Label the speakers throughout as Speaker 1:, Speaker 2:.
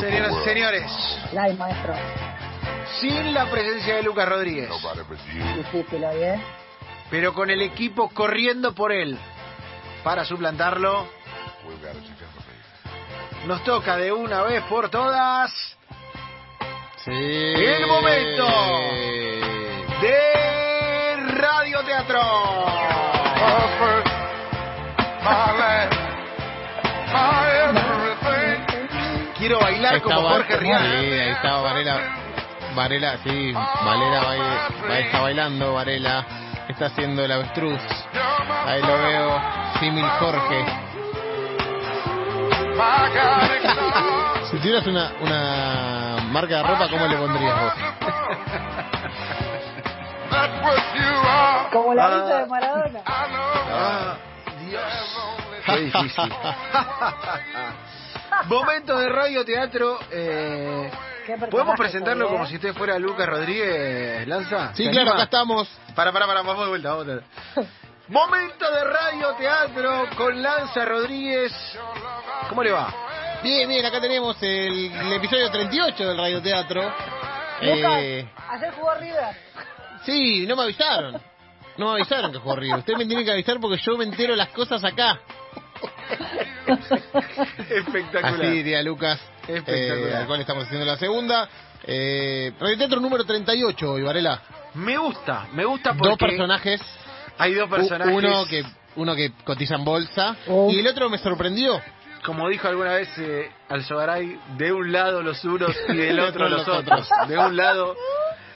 Speaker 1: Señoras y señores,
Speaker 2: Live, maestro.
Speaker 1: sin la presencia de Lucas Rodríguez,
Speaker 2: Difícil hoy, ¿eh?
Speaker 1: pero con el equipo corriendo por él para suplantarlo, nos toca de una vez por todas
Speaker 3: Sí.
Speaker 1: El momento. de Radio Teatro. Quiero bailar como
Speaker 3: Bar-
Speaker 1: Jorge Rial.
Speaker 3: Sí, ahí estaba Varela. Varela, sí, Varela baile- ba- está bailando, Varela. Está haciendo el avestruz. Ahí lo veo, símil Jorge. Si tuvieras una, una marca de ropa, ¿cómo le pondrías vos?
Speaker 2: Como la
Speaker 1: Ah.
Speaker 2: vista de Maradona.
Speaker 1: Ah, Dios. Qué difícil. Momento de radio teatro. eh,
Speaker 2: Qué personaje, ¿eh?
Speaker 1: ¿Podemos presentarlo
Speaker 2: Javier.
Speaker 1: como si usted fuera Lucas Rodríguez, Lanza?
Speaker 3: Sí,
Speaker 1: ¿Te
Speaker 3: claro, acá
Speaker 1: anima?
Speaker 3: estamos.
Speaker 1: Para, para, para, vamos de vuelta, vamos de vuelta. Momento de radio teatro con Lanza Rodríguez. ¿Cómo le va?
Speaker 3: Bien, bien, acá tenemos el, el episodio 38 del Radioteatro. Eh,
Speaker 2: Lucas, ayer jugó River.
Speaker 3: sí, no me avisaron. No me avisaron que jugó River. Usted me tiene que avisar porque yo me entero las cosas acá.
Speaker 1: Espectacular.
Speaker 3: Así diría Lucas,
Speaker 1: Espectacular.
Speaker 3: eh, al cual estamos haciendo la segunda. Eh, Radioteatro número 38 hoy, Varela.
Speaker 1: Me gusta, me gusta porque
Speaker 3: Dos personajes.
Speaker 1: hay dos personajes.
Speaker 3: U- Uno que, uno que cotiza en bolsa
Speaker 2: Oh.
Speaker 3: y el otro me sorprendió.
Speaker 1: Como dijo alguna vez eh, Alzogaray, de un lado los unos y del otro los
Speaker 3: Los
Speaker 1: otros.
Speaker 3: otros.
Speaker 1: De un lado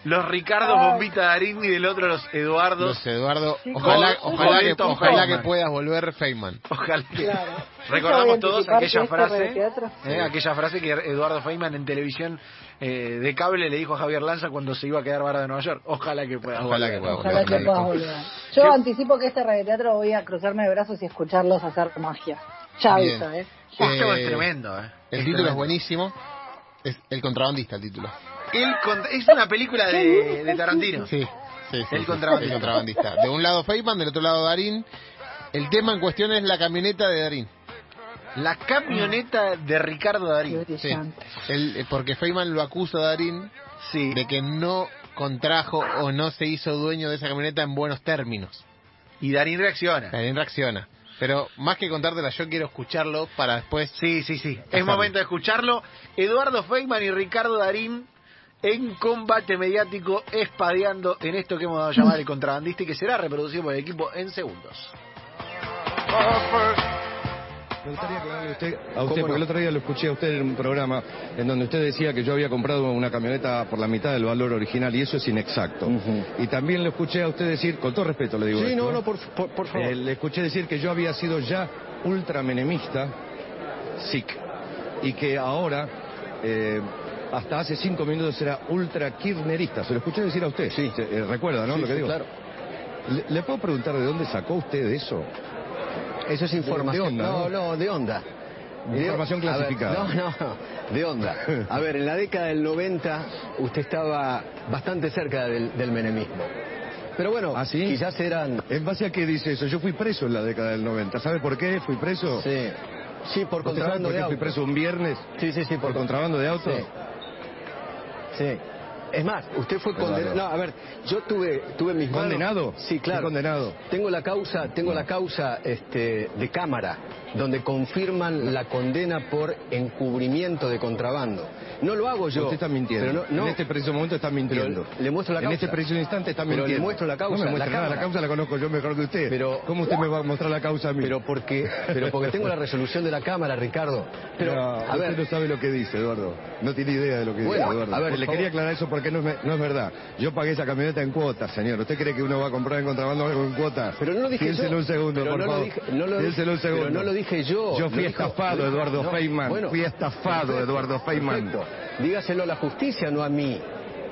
Speaker 1: los Ricardo Bombita Darín y del otro los Eduardos.
Speaker 3: Los Eduardo,
Speaker 2: Chicos,
Speaker 3: ojalá,
Speaker 2: un
Speaker 3: ojalá, que,
Speaker 1: Tom
Speaker 3: ojalá que
Speaker 1: Feynman.
Speaker 3: puedas volver Feynman.
Speaker 1: Ojalá. que-
Speaker 2: Claro.
Speaker 1: Recordamos
Speaker 2: Hizo
Speaker 1: todos
Speaker 2: identificar que
Speaker 1: aquella
Speaker 2: esto
Speaker 1: frase,
Speaker 2: era de teatro.
Speaker 1: eh, aquella frase que Eduardo Feynman en televisión eh, de cable le dijo a Javier Lanza cuando se iba a quedar vara de Nueva York. Ojalá que pueda.
Speaker 3: Ojalá
Speaker 1: volver.
Speaker 3: que pueda volver.
Speaker 2: Ojalá que
Speaker 3: Ojalá.
Speaker 2: puedas volver. Yo
Speaker 1: ¿Qué-
Speaker 2: anticipo que este radioteatro voy a cruzarme de brazos y escucharlos hacer magia. Ya
Speaker 3: Bien.
Speaker 2: aviso, ¿eh? Ya.
Speaker 1: Oh, Esto
Speaker 3: Eh,
Speaker 1: es tremendo. eh.
Speaker 3: El
Speaker 1: Es
Speaker 3: título es
Speaker 1: tremendo.
Speaker 3: buenísimo. Es El contrabandista, el título.
Speaker 1: El con- Es una película de, de Tarantino.
Speaker 3: Sí, sí, sí, sí.
Speaker 1: El contrabandista.
Speaker 3: El contrabandista. De un lado Feynman, del otro lado Darín. El tema en cuestión es la camioneta de Darín.
Speaker 1: La camioneta de Ricardo
Speaker 2: Qué
Speaker 1: Darín.
Speaker 3: Sí.
Speaker 2: brillante.
Speaker 3: El- eh, porque Feynman lo acusa a Darín
Speaker 1: Sí.
Speaker 3: de que no contrajo o no se hizo dueño de esa camioneta en buenos términos.
Speaker 1: Y Darín reacciona.
Speaker 3: Darín reacciona. Pero más que contártela, yo quiero escucharlo para después.
Speaker 1: Sí, sí, sí. Es
Speaker 3: Pasame.
Speaker 1: momento de escucharlo. Eduardo Feynman y Ricardo Darín en combate mediático, espadeando en esto que hemos dado a llamar el contrabandista y que será reproducido por el equipo en segundos.
Speaker 4: Me gustaría aclararle a usted, a usted, porque el otro día lo escuché a usted en un programa en donde usted decía que yo había comprado una camioneta por la mitad del valor original y eso es inexacto. Y también lo escuché a usted decir, con todo respeto le digo.
Speaker 5: Sí,
Speaker 4: esto,
Speaker 5: no,
Speaker 4: ¿eh?
Speaker 5: no, por, por, por favor.
Speaker 4: Eh, le escuché decir que yo había sido ya ultramenemista, SIC, y que ahora, eh, hasta hace cinco minutos, era ultra kirchnerista. Se lo escuché decir a usted. Sí. recuerda, ¿no?
Speaker 5: Sí,
Speaker 4: lo que
Speaker 5: sí,
Speaker 4: digo.
Speaker 5: claro.
Speaker 4: Le, le puedo preguntar de dónde sacó usted eso?
Speaker 5: Eso es
Speaker 4: De
Speaker 5: información.
Speaker 4: onda, ¿no?
Speaker 5: no, no, de onda.
Speaker 4: De información
Speaker 5: a ver,
Speaker 4: clasificada.
Speaker 5: no, no, de onda. A ver, en la década del 90 usted estaba bastante cerca del, del menemismo. Pero bueno,
Speaker 4: ¿Ah, sí?
Speaker 5: quizás eran...
Speaker 4: ¿En base a qué dice eso? Yo fui preso en la década del 90. ¿Sabe por qué fui preso?
Speaker 5: Sí, sí por
Speaker 4: ¿Usted sabe
Speaker 5: contrabando
Speaker 4: por
Speaker 5: de
Speaker 4: qué fui
Speaker 5: autos.
Speaker 4: preso un viernes?
Speaker 5: Sí, sí, sí,
Speaker 4: ¿Por contrabando de autos?
Speaker 5: Sí. Sí. Es más, usted fue
Speaker 4: Qué
Speaker 5: condenado. No,
Speaker 4: bárbaro.
Speaker 5: a ver, yo tuve, tuve mis manos-
Speaker 4: ¿Condenado?
Speaker 5: Sí, claro.
Speaker 4: Fui condenado.
Speaker 5: Tengo la causa, tengo
Speaker 1: Ah.
Speaker 5: la causa este, de cámara, donde confirman la condena por encubrimiento de contrabando. No lo hago yo.
Speaker 4: Usted está mintiendo.
Speaker 5: Pero no, no.
Speaker 4: En este preciso momento está mintiendo.
Speaker 5: Pero le muestro la
Speaker 4: En
Speaker 5: causa.
Speaker 4: este preciso instante está
Speaker 5: Pero
Speaker 4: mintiendo.
Speaker 5: le muestro la causa,
Speaker 4: No me muestra
Speaker 5: la
Speaker 4: nada,
Speaker 5: cámara.
Speaker 4: la causa la conozco yo mejor que usted.
Speaker 5: Pero-
Speaker 4: ¿Cómo usted me va a mostrar la causa a mí?
Speaker 5: Pero porque, pero porque tengo la resolución de la cámara, Ricardo. Pero,
Speaker 4: No,
Speaker 5: a
Speaker 4: usted
Speaker 5: ver,
Speaker 4: no sabe lo que dice, Eduardo. No tiene idea de lo que
Speaker 5: Bueno,
Speaker 4: dice, Eduardo.
Speaker 5: a ver,
Speaker 4: le
Speaker 5: por
Speaker 4: quería
Speaker 5: favor.
Speaker 4: aclarar eso porque no es, me- no es verdad. Yo pagué esa camioneta en cuotas, señor. ¿Usted cree que uno va a comprar en contrabando algo en cuotas?
Speaker 5: Pero no lo dije
Speaker 4: Piénselo
Speaker 5: yo.
Speaker 4: un segundo,
Speaker 5: Pero
Speaker 4: por
Speaker 5: no lo
Speaker 4: favor.
Speaker 5: dije- no lo
Speaker 4: Piénselo un
Speaker 5: dije-
Speaker 4: segundo.
Speaker 5: pero no lo dije yo.
Speaker 4: Yo
Speaker 5: Lo
Speaker 4: fui
Speaker 5: dijo-
Speaker 4: estafado,
Speaker 5: lo-
Speaker 4: Eduardo
Speaker 5: no,
Speaker 4: Feynman.
Speaker 5: bueno.
Speaker 4: fui estafado,
Speaker 5: Perfecto,
Speaker 4: Eduardo Feynman.
Speaker 5: perfecto. Dígaselo a la justicia, no a mí.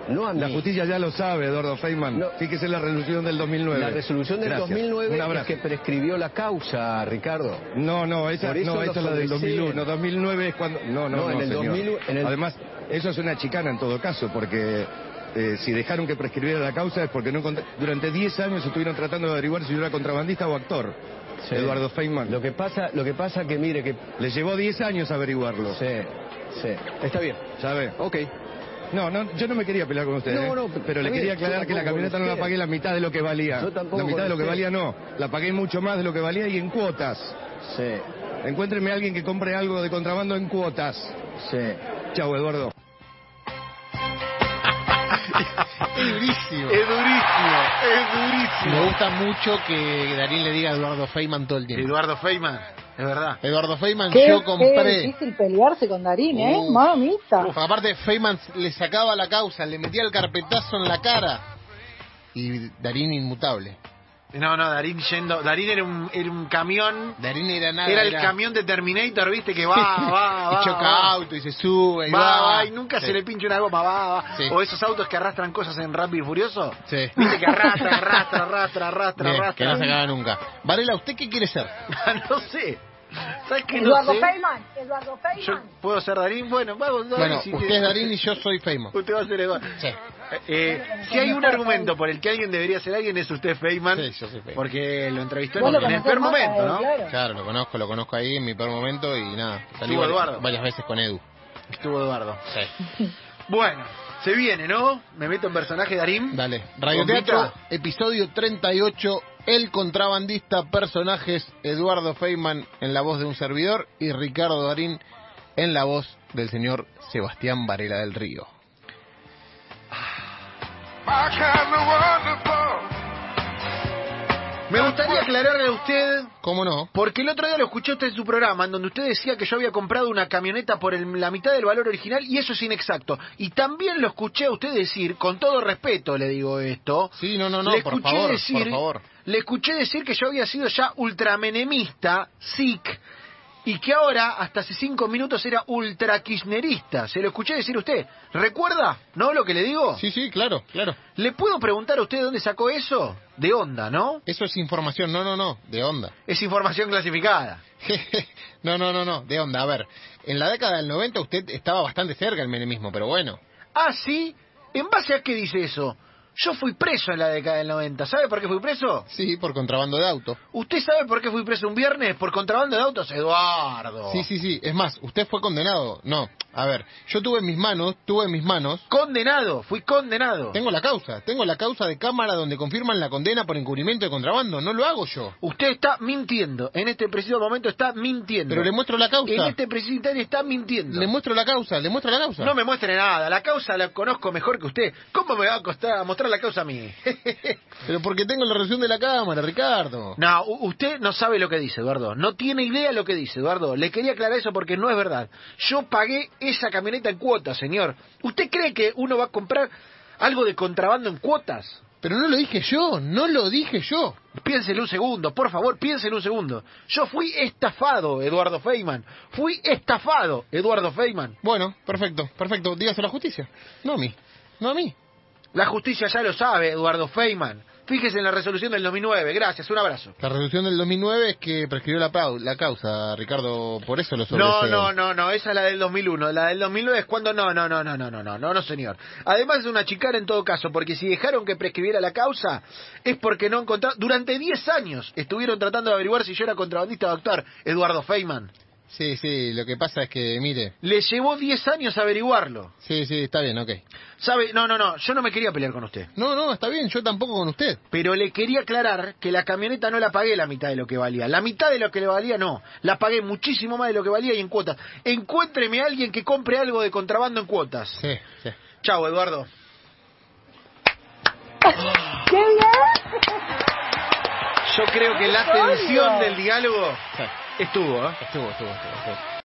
Speaker 5: No a mí.
Speaker 4: La justicia ya lo sabe, Eduardo Feynman.
Speaker 5: No.
Speaker 4: Fíjese la resolución del 2009.
Speaker 5: La resolución del
Speaker 4: Gracias.
Speaker 5: 2009
Speaker 4: Un
Speaker 5: es
Speaker 4: abrazo.
Speaker 5: que prescribió la causa, Ricardo.
Speaker 4: No, no, esa,
Speaker 5: Por eso
Speaker 4: no, esa es
Speaker 5: los
Speaker 4: la del
Speaker 5: obedecen.
Speaker 4: 2001. 2009 es cuando... No, no,
Speaker 5: No,
Speaker 4: no,
Speaker 5: en el
Speaker 4: señor.
Speaker 5: 2001 en el-
Speaker 4: Además, eso es una chicana en todo caso, porque eh, si dejaron que prescribiera la causa es porque no encont- durante 10 años estuvieron tratando de averiguar si yo era contrabandista o actor. Eduardo Feynman.
Speaker 5: Lo que pasa, lo que pasa que mire que
Speaker 4: Le llevó 10 años averiguarlo.
Speaker 5: Sí, Sí, está bien.
Speaker 4: ¿Sabe?
Speaker 5: Ok.
Speaker 4: No, no, yo no me quería pelear con usted.
Speaker 5: No, no,
Speaker 4: ¿eh?
Speaker 5: pero
Speaker 4: pero
Speaker 5: está
Speaker 4: le
Speaker 5: bien,
Speaker 4: quería
Speaker 5: yo
Speaker 4: aclarar que la
Speaker 5: tampoco
Speaker 4: camioneta
Speaker 5: con
Speaker 4: no la
Speaker 5: usted.
Speaker 4: pagué la mitad de lo que valía.
Speaker 5: Yo tampoco
Speaker 4: La mitad
Speaker 5: con
Speaker 4: de lo que
Speaker 5: usted.
Speaker 4: valía no, la pagué mucho más de lo que valía y en cuotas.
Speaker 5: Sí,
Speaker 4: Encuéntreme a alguien que compre algo de contrabando en cuotas.
Speaker 5: sí.
Speaker 4: Chau, Eduardo.
Speaker 3: Es durísimo.
Speaker 1: Es durísimo, es durísimo.
Speaker 3: Me gusta mucho que Darín le diga a Eduardo Feynman todo el tiempo.
Speaker 1: Eduardo Feynman, es verdad.
Speaker 3: Eduardo Feynman,
Speaker 2: Qué,
Speaker 3: yo
Speaker 2: qué
Speaker 3: compré.
Speaker 2: difícil pelearse con Darín, ¿eh?
Speaker 3: Uf.
Speaker 2: Mamita.
Speaker 3: Uf, aparte, Feynman le sacaba la causa, le metía el carpetazo en la cara. Y Darín inmutable.
Speaker 1: No, no, Darín yendo. Darín era un, era un camión.
Speaker 3: Darín era nada.
Speaker 1: Era el camión de Terminator, viste, que va, va, va.
Speaker 3: y choca
Speaker 1: va.
Speaker 3: auto y se sube y
Speaker 1: Va,
Speaker 3: va.
Speaker 1: va, y nunca
Speaker 3: Sí.
Speaker 1: se le pincha una goma, va, va.
Speaker 3: Sí.
Speaker 1: O esos autos que arrastran cosas en Rápido y Furioso.
Speaker 3: Sí.
Speaker 1: Viste que arrastra, arrastra, arrastra, arrastra,
Speaker 3: Bien, que
Speaker 1: arrastra.
Speaker 3: no se acaba nunca. Varela, ¿usted qué quiere ser?
Speaker 1: no sé. ¿Sabes qué? No
Speaker 2: Eduardo
Speaker 1: sé.
Speaker 2: Feynman, Eduardo
Speaker 1: Yo
Speaker 2: Feynman.
Speaker 1: puedo ser Darín. Bueno, vamos. Darín,
Speaker 3: Bueno,
Speaker 1: si
Speaker 3: usted
Speaker 1: quiere.
Speaker 3: es Darín y yo soy Feynman.
Speaker 1: Usted va a ser Eduardo.
Speaker 3: Sí.
Speaker 1: Eh, si hay un argumento por el que alguien debería ser alguien es usted Feynman,
Speaker 3: Sí, yo soy Feynman.
Speaker 1: porque lo entrevistó
Speaker 2: Vos
Speaker 1: en,
Speaker 2: lo
Speaker 1: el
Speaker 2: conocés
Speaker 1: peor
Speaker 2: más a él,
Speaker 1: momento, ¿no?
Speaker 2: claro.
Speaker 3: Claro, lo conozco, lo conozco ahí en mi peor momento y nada. Salí
Speaker 1: Estuvo
Speaker 3: varias,
Speaker 1: Eduardo.
Speaker 3: varias veces con Edu.
Speaker 1: Estuvo Eduardo.
Speaker 3: Sí.
Speaker 1: Bueno, se viene, ¿no? Me meto en personaje Darín.
Speaker 3: Dale. Radioteatro,
Speaker 1: Bombita.
Speaker 3: episodio 38. El contrabandista, personajes Eduardo Feynman en la voz de un servidor y Ricardo Darín en la voz del señor Sebastián Varela del Río.
Speaker 1: Me gustaría aclararle a usted,
Speaker 3: ¿Cómo no?
Speaker 1: porque el otro día lo escuché a usted en su programa, en donde usted decía que yo había comprado una camioneta por el- la mitad del valor original, y eso es inexacto. Y también lo escuché a usted decir, con todo respeto le digo esto,
Speaker 3: Sí, no, no, no,
Speaker 1: le
Speaker 3: por
Speaker 1: escuché
Speaker 3: favor,
Speaker 1: decir-
Speaker 3: por favor.
Speaker 1: Le escuché decir que yo había sido ya ultramenemista, SIC, y que ahora, hasta hace cinco minutos, era ultra-kirchnerista. Se lo escuché decir a usted. ¿Recuerda? ¿No lo que le digo?
Speaker 3: Sí, sí, claro, claro.
Speaker 1: ¿Le puedo preguntar a usted dónde sacó eso? De onda, ¿no?
Speaker 3: Eso es información, no, no, no, de onda.
Speaker 1: Es información clasificada.
Speaker 3: no, no, no, no, de onda. A ver, en la década del 90 usted estaba bastante cerca del menemismo, pero bueno.
Speaker 1: Ah, sí. ¿En base a qué dice eso? Yo fui preso en la década del 90. ¿Sabe por qué fui preso?
Speaker 3: Sí, por contrabando de auto.
Speaker 1: ¿Usted sabe por qué fui preso un viernes? Por contrabando de autos, Eduardo.
Speaker 3: Sí, sí, sí. Es más, usted fue condenado. No, a ver, yo tuve en mis manos, tuve en mis manos.
Speaker 1: Condenado, fui condenado.
Speaker 3: Tengo la causa, tengo la causa de cámara donde confirman la condena por encubrimiento de contrabando. No lo hago yo.
Speaker 1: Usted está mintiendo. En este preciso momento está mintiendo.
Speaker 3: Pero le muestro la causa.
Speaker 1: En este preciso instante está mintiendo.
Speaker 3: Le muestro la causa, le muestro la causa.
Speaker 1: No me muestre nada. La causa la conozco mejor que usted. ¿Cómo me va a costar mostrar la causa a mí?
Speaker 3: Pero porque tengo la resolución de la cámara, Ricardo.
Speaker 1: No, u- usted no sabe lo que dice, Eduardo. No tiene idea lo que dice, Eduardo. Le quería aclarar eso porque no es verdad. Yo pagué esa camioneta en cuotas, señor. ¿Usted cree que uno va a comprar algo de contrabando en cuotas?
Speaker 3: Pero no lo dije yo, no lo dije yo.
Speaker 1: Piénselo un segundo, por favor, piénselo un segundo. Yo fui estafado, Eduardo Feynman. Fui estafado, Eduardo Feynman.
Speaker 3: Bueno, perfecto, perfecto. Dígase a la justicia. No a mí, no a mí.
Speaker 1: La justicia ya lo sabe, Eduardo Feynman. Fíjese en la resolución del 2009. Gracias, un abrazo.
Speaker 3: La resolución del 2009 es que prescribió la, pau- la causa, Ricardo, por eso lo
Speaker 1: No,
Speaker 3: sobreseo.
Speaker 1: no, no, no, esa es la del 2001. La del 2009 es cuando no, no, no, no, no, no, no, no, no, señor. Además es una chicana en todo caso, porque si dejaron que prescribiera la causa es porque no encontraron... Durante 10 años estuvieron tratando de averiguar si yo era contrabandista o actor, Eduardo Feynman.
Speaker 3: Sí, sí, lo que pasa es que, mire,
Speaker 1: Le llevó 10 años averiguarlo.
Speaker 3: sí, sí, está bien, ok.
Speaker 1: ¿Sabe? No, no, no, yo no me quería pelear con usted.
Speaker 3: No, no, está bien, yo tampoco con usted.
Speaker 1: Pero le quería aclarar que la camioneta no la pagué la mitad de lo que valía. La mitad de lo que le valía no. La pagué muchísimo más de lo que valía y en cuotas. Encuéntreme a alguien que compre algo de contrabando en cuotas.
Speaker 3: Sí, sí.
Speaker 1: Chao, Eduardo.
Speaker 2: ¡Qué bien!
Speaker 1: Yo creo que la
Speaker 2: Antonio.
Speaker 1: tensión del diálogo
Speaker 3: Sí.
Speaker 1: estuvo, ¿eh?
Speaker 3: Estuvo, estuvo, estuvo, estuvo.